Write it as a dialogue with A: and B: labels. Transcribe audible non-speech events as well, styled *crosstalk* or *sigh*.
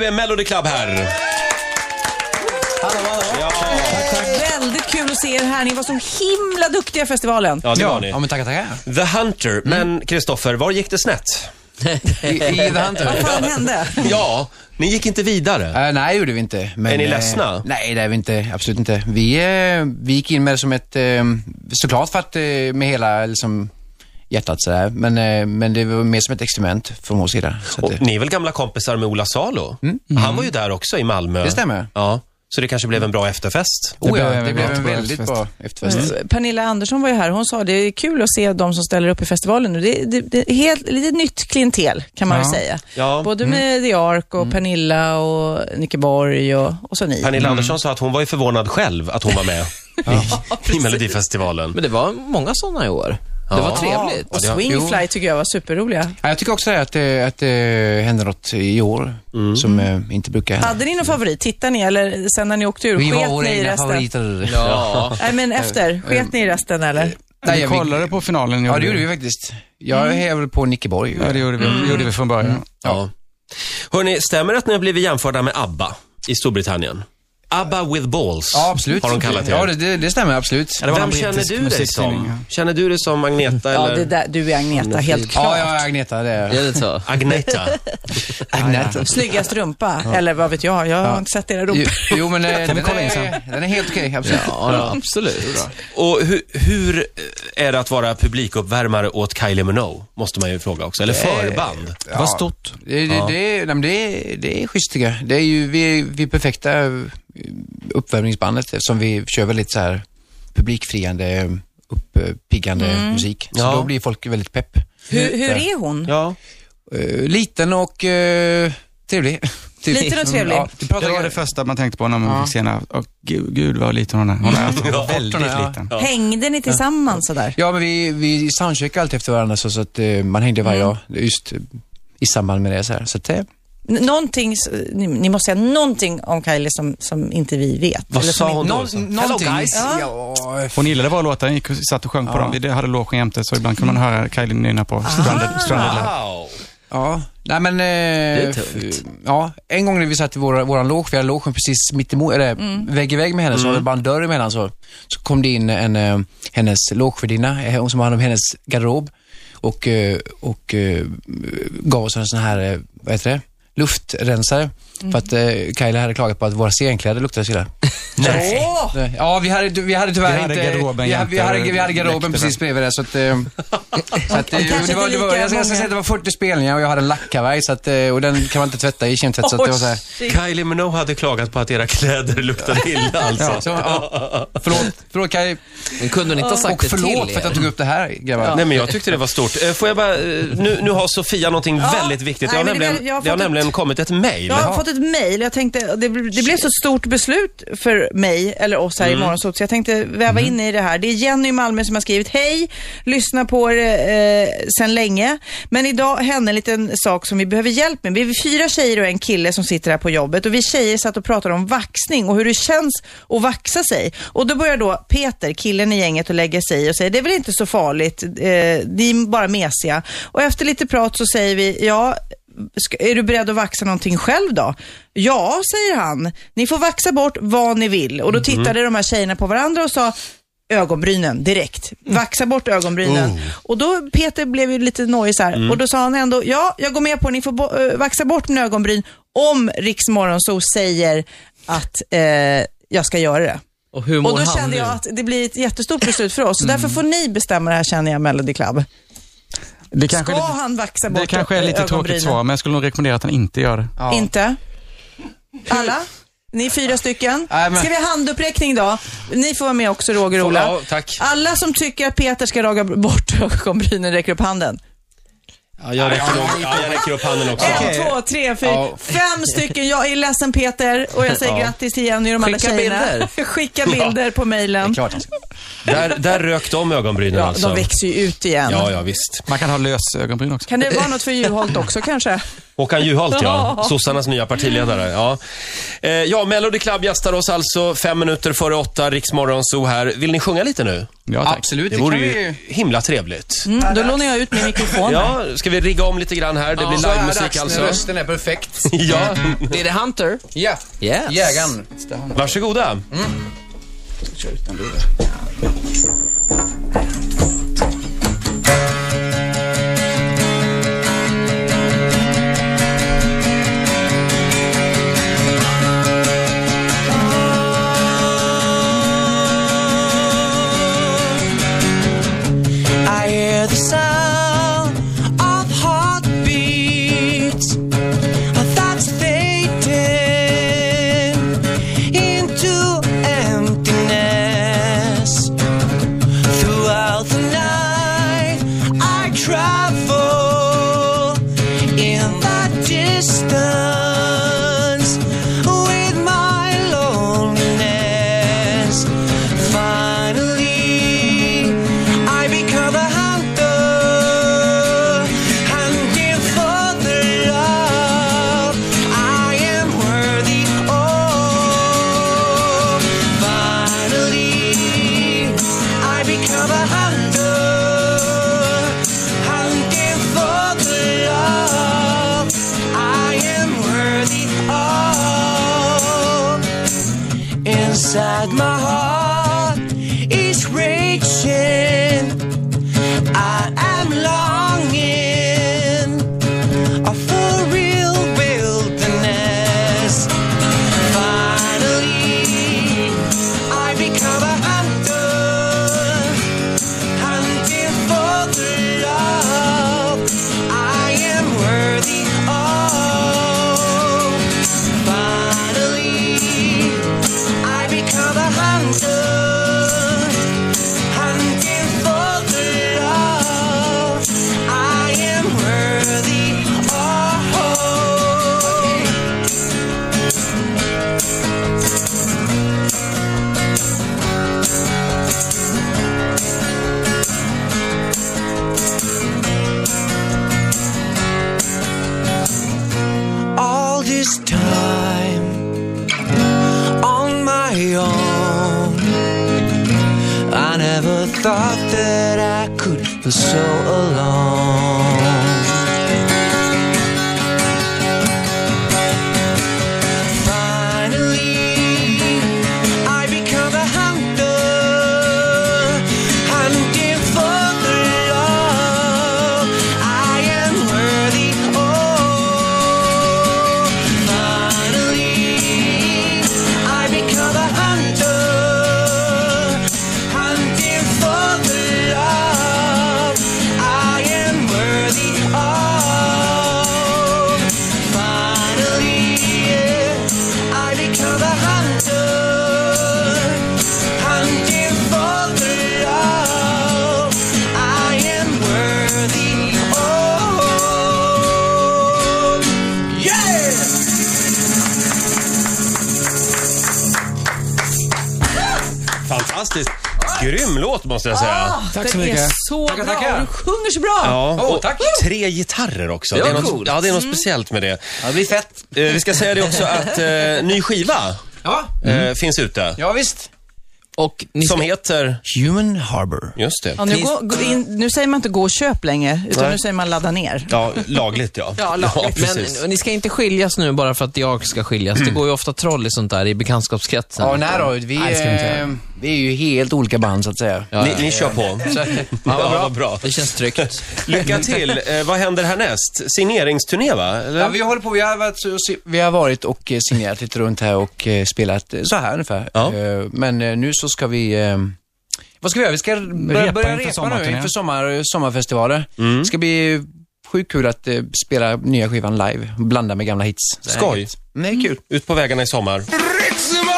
A: vi Melody Club här. Ja,
B: Väldigt kul att se er här. Ni var så himla duktiga i festivalen.
A: ja Mm. det var
C: Ja,
A: ni.
C: ja, men tackar, tackar.
A: The Hunter. Men Kristoffer, var gick det snett?
C: I, i The
B: *laughs*
C: Hunter.
B: Vad fan hände?
A: Ja, ni gick inte vidare.
C: Eh, nej, det gjorde vi inte. Men,
A: Är ni
C: eh,
A: ledsna?
C: nej, det är vi inte. Absolut inte. Vi, eh, vi gick in med det som ett, eh, såklart för att eh, med hela liksom, hjärtat sådär. Men, eh, men det var mer som ett experiment från vår sida. Så att, eh,
A: Och ni är väl gamla kompisar med Ola Salo? Han var ju där också i Malmö.
C: Det stämmer.
A: Ja, så det kanske blev en bra efterfest.
C: oh, ja,
D: blev
C: det
D: en
C: blev
D: bra
C: en
D: bra
C: väldigt
D: efterfest.
C: bra efterfest. Mm.
B: Pernilla Andersson var ju här. Hon sa det är kul att se de som ställer upp i festivalen nu. Det, det, det är helt, lite nytt klientel kan man
D: Ja.
B: väl säga.
A: Ja.
B: Både med The Ark och Pernilla och Nicke Borg och, och så ni.
A: Pernilla Andersson sa att hon var ju förvånad själv att hon var *laughs* med i, i Melodifestivalen.
E: Men det var många sådana i år. Det var trevligt.
B: Och
A: Ja, det-
B: Swingfly tycker jag var superroliga.
C: Ja, jag tycker också det, att, eh, att det hände något i år som eh, inte brukar hända.
B: Hade ni någon favorit? Tittade ni eller sen när ni åkte ur,
C: Vi var
B: sket
C: våra
B: ni i
C: egna
B: resten?
C: favoriter.
E: Ja.
B: Nej men efter, sket ni i resten eller?
C: Nej,
D: vi
C: jag- vi-
D: kollade på finalen.
C: Ja, det gjorde vi Mm. faktiskt. Jag
B: Mm.
C: är väl på Nickeborg.
D: Ja, det gjorde vi, gjorde vi från början.
A: Ja. Hörni, stämmer det att ni har blivit jämförda med ABBA i Storbritannien? ABBA with balls
C: Ja, absolut.
A: har de kallat er.
C: Ja, det, det, det stämmer absolut.
D: det var
A: Vem
D: en
A: känner
D: brittisk
A: du dig
D: musiktidning,
A: som? Känner du dig som Agneta
B: Ja,
A: eller
B: det där, du är Agneta, helt
C: Ja,
B: klart.
C: ja, Agneta, det är
E: Är det så?
B: *laughs*
A: Agneta?
C: Agneta.
B: Snyggast rumpa, eller vad vet jag, jag har inte sett era
C: Jo,
B: rumpor.
C: jo, men eh, den,
D: kolla in
C: är, den är helt okej, absolut.
E: Ja, ja, absolut.
A: Och hur, hur är det att vara publikuppvärmare åt Kylie Minogue? Måste man ju fråga också. Eller förband.
D: Ja. Vad stort.
C: Det, det, det, nej, men det, det är schysst tycker jag. Det är ju, vi, vi är perfekta eh, uppvärmningsbandet eftersom vi kör väldigt så här publikfriande, uppiggande musik. Så
A: Ja.
C: då blir folk väldigt pepp.
B: Mm. Hur, hur är hon?
A: Ja.
C: Eh, liten och eh, trevlig. *laughs* Typ.
B: Liten och trevlig.
C: Ja, det pratar
D: Det var det första man tänkte på när man fick se henne. Och gud, gud vad liten hon är. Hon är alltså väldigt
C: *laughs* ja.
D: liten.
B: Hängde ni tillsammans sådär?
C: Ja, men vi, vi soundcheckade alltid efter varandra så, så att eh, man hängde varje
A: Mm.
C: dag just eh, i samband med det. Så, här. så att, eh, det-
B: N- Någonting, s- ni, ni måste säga någonting om Kylie som, som inte vi vet.
A: Vad
B: eller som
A: sa hon
B: inte-
A: då? så?
C: någonting.
A: Hello guys.
C: Ja.
D: Hon gillade våra låtar, gick och satt och sjöng på dem. Vi hade logen jämte, så ibland kunde man
C: Mm.
D: höra Kylie nynna på
C: Ah.
D: Stranded, Stranded Love.
A: Wow.
C: Ja, nej men... Eh, det
E: är tungt.
C: Ja, en gång när vi satt i våra, våran loge, vi hade logen precis mitt emot, eller
A: Mm.
C: vägg i vägg med henne, så var det bara en dörr emellan så. Så kom det in en, eh, hennes logevärdinna, eh, hon som hade hand om hennes garderob och, eh, och eh, gav oss en sån här, eh, vad heter det? luftrensare.
A: Mm.
C: För att eh, Kylie hade klagat på att våra scenkläder luktade så illa.
A: Nej.
B: Åh!
C: Nej, Ja, vi hade, vi hade tyvärr
D: Vi hade
C: inte...
D: garderoben
C: vi, hade, vi, hade,
D: jämte
C: vi hade garderoben
D: läktaren.
C: precis bredvid det, så att... eh,
E: *laughs*
C: så att
B: kanske
C: eh, det var,
B: inte
C: det var,
B: lika
C: jag ska jag ska
B: många.
C: säga att det var 40 spelningar och jag hade en lackkavaj, så att, eh, och den kan man inte tvätta i kemtvätt, så att det var så här,
A: Kylie Minogue hade klagat på att era kläder luktade
B: *laughs*
A: illa alltså.
C: ja, så, ja, Förlåt, förlåt Kaj,
E: Men kunde ni inte ha sagt
C: och
E: det till
C: förlåt för att jag tog upp det här, grabbar.
A: Nej men jag tyckte det var stort. Eh, Får jag bara, eh, nu, nu har Sofia någonting väldigt viktigt. Det har,
B: Nej, men det-
A: nämligen,
B: jag har
A: det har
B: fått ett-
A: nämligen kommit ett mejl.
B: Jag har fått ett mejl. Jag tänkte, det, bl- det blev så stort beslut för mig, eller oss här i Morgonzoo, så jag tänkte väva in i det här. Det är Jenny i Malmö som har skrivit, hej, lyssna på er eh, sen länge. Men idag hände en liten sak som vi behöver hjälp med. Vi är fyra tjejer och en kille som sitter här på jobbet och vi tjejer satt och pratade om vaxning och hur det känns att vaxa sig. Och då börjar då Peter, killen i gänget, att lägga sig i och säger, det är väl inte så farligt, eh, ni är bara mesiga. Och efter lite prat så säger vi, ja, Ska, är du beredd att vaxa någonting själv då? Ja, säger han. Ni får vaxa bort vad ni vill.
D: Mhm.
B: Och då tittade de här tjejerna på varandra och sa ögonbrynen direkt.
D: Mm.
B: Vaxa bort ögonbrynen.
D: Oh.
B: Och då Peter blev ju lite nojig så här.
D: Mm.
B: Och då sa han ändå, ja, jag går med på det. Ni får bo- eh, vaxa bort mina ögonbryn om Rix Morgonzoo säger att eh, jag ska göra det.
E: Och hur mår
B: Och då
E: han
B: kände
E: nu?
B: jag att det blir ett jättestort beslut för
D: Mm.
B: oss. Så därför får ni bestämma det här känner jag, Melody Club.
D: Det
B: Ska
D: kanske är lite,
B: han vaxa bort
D: det kanske är
B: ö-
D: lite
B: ögonbrynen?
D: tråkigt svar, men jag skulle nog rekommendera att han inte gör det.
C: Ja.
B: Inte? Alla? Ni är fyra stycken.
C: Nej, men-
B: Ska vi ha handuppräckning då? Ni får vara med också, Roger och Ola.
A: Ja, tack.
B: Alla som tycker att Peter ska raga bort *laughs* ögonbrynen räcker upp handen.
A: Ja, jag, räcker upp, ja, jag räcker upp handen också.
B: En, två, tre, fyra,
C: Ja.
B: fem stycken. Jag är ledsen Peter och jag säger grattis till Jenny och de andra
E: Skicka
B: tjejerna. *laughs*
E: bilder.
B: Skicka bilder på
C: Det är
B: mejlen.
C: klart han ska.
A: Där, där rök de ögonbrynen
B: Ja,
A: alltså.
B: de växer ju ut igen.
A: Ja, ja visst.
D: Man kan ha lösögonbryn också.
B: Kan det vara något för Juholt också kanske?
A: Håkan Juholt,
B: *laughs*
A: ja. Sossarnas nya partiledare. Ja, eh, ja Melody Club gästar oss alltså fem minuter före åtta, Riksmorgon Zoo här. Vill ni sjunga lite nu?
D: Ja, tack.
C: Absolut,
A: Det
C: det, kan
A: vore
C: vi
A: ju
C: ju.
A: himla trevligt.
B: Mm, då lånar jag ut min mikrofon.
A: Ja, ska vi rigga om lite grann här? Det blir
C: Så här
A: livemusik
C: dags när
A: alltså.
C: rösten är perfekt.
A: *laughs* Ja,
E: Det är det Hunter.
C: Ja,
E: Yes.
C: jägaren.
A: varsågoda.
C: Kör ut den, du.
F: I hear the sound of heartbeats. Our thoughts fading into emptiness. Throughout the night, I travel in the distance with my loneliness. Finally, I become a hunter, hunting for the love I am worthy of. Finally, I become a hunter, hunting for the love I am worthy of inside my heart is raging. I am longing for real wilderness. Finally, I become a hunter, hunting for the love I am worthy of. Finally. I become a hunter, hunting for the love I am worthy of. All this time on my own. I never thought that I could feel so alone. Finally, I become a hunter, hunting for the love I am worthy of. Finally, I become a hunter, hunting for the love I am worthy of. Finally, I become a hunter, hunting for the love I am worthy of. Yeah!
A: Fantastiskt. Grym låt måste jag säga.
B: Ah.
C: Tack så
B: Den
C: mycket.
B: är så
C: Tackar,
B: bra
C: tackar.
B: och du sjunger så bra.
A: Ja,
C: Åh,
A: och
C: tack.
A: tre gitarrer också.
E: Ja,
A: det är något,
E: coolt.
A: ja, det är något
B: Mm.
A: speciellt med det.
C: Ja, det blir fett.
A: Eh, vi ska säga det också att eh, ny skiva
C: Ja,
A: eh, finns ute.
C: ja visst.
E: Och ni
A: Som
E: ska...
A: heter...
C: Human Harbor.
A: Just det.
B: Ja, nu,
E: Finns-
B: gå, gå in, nu säger man inte gå och köp längre, utan
A: Nej.
B: nu säger man ladda ner.
A: Ja, lagligt ja.
B: Ja, lagligt.
A: precis.
E: Men ni ska inte skiljas nu bara för att jag ska skiljas. Det går ju ofta troll i sånt där i bekantskapskretsen.
C: Ja, nej då. Vi,
E: Mm. Nej, det ska vi inte
C: eh, vi är ju helt olika band så att säga.
E: Ja,
A: ni, ni kör på. eh, *laughs* Ja, vad bra.
E: Det känns tryggt.
A: Lycka till. Eh, vad händer härnäst? Signeringsturné, va? Eller?
C: Ja, vi håller på. Vi har varit, vi har varit och eh, signerat lite runt här och eh, spelat eh, så här ungefär.
A: Ja.
C: Eh, Men eh, nu så ska vi... eh, Vad ska vi göra? Vi ska börja
D: Repa
C: börja
D: inför Mm.
C: repa nu
D: sommarturnén.
C: inför sommar, eh, sommarfestivaler. Det ska bli sjukt kul att eh, spela nya skivan live, blanda med gamla hits. Så här
A: Skoj.
C: enkelt. Mm, Det är kul.
A: Ut på vägarna i sommar.
F: Ritzemorgon!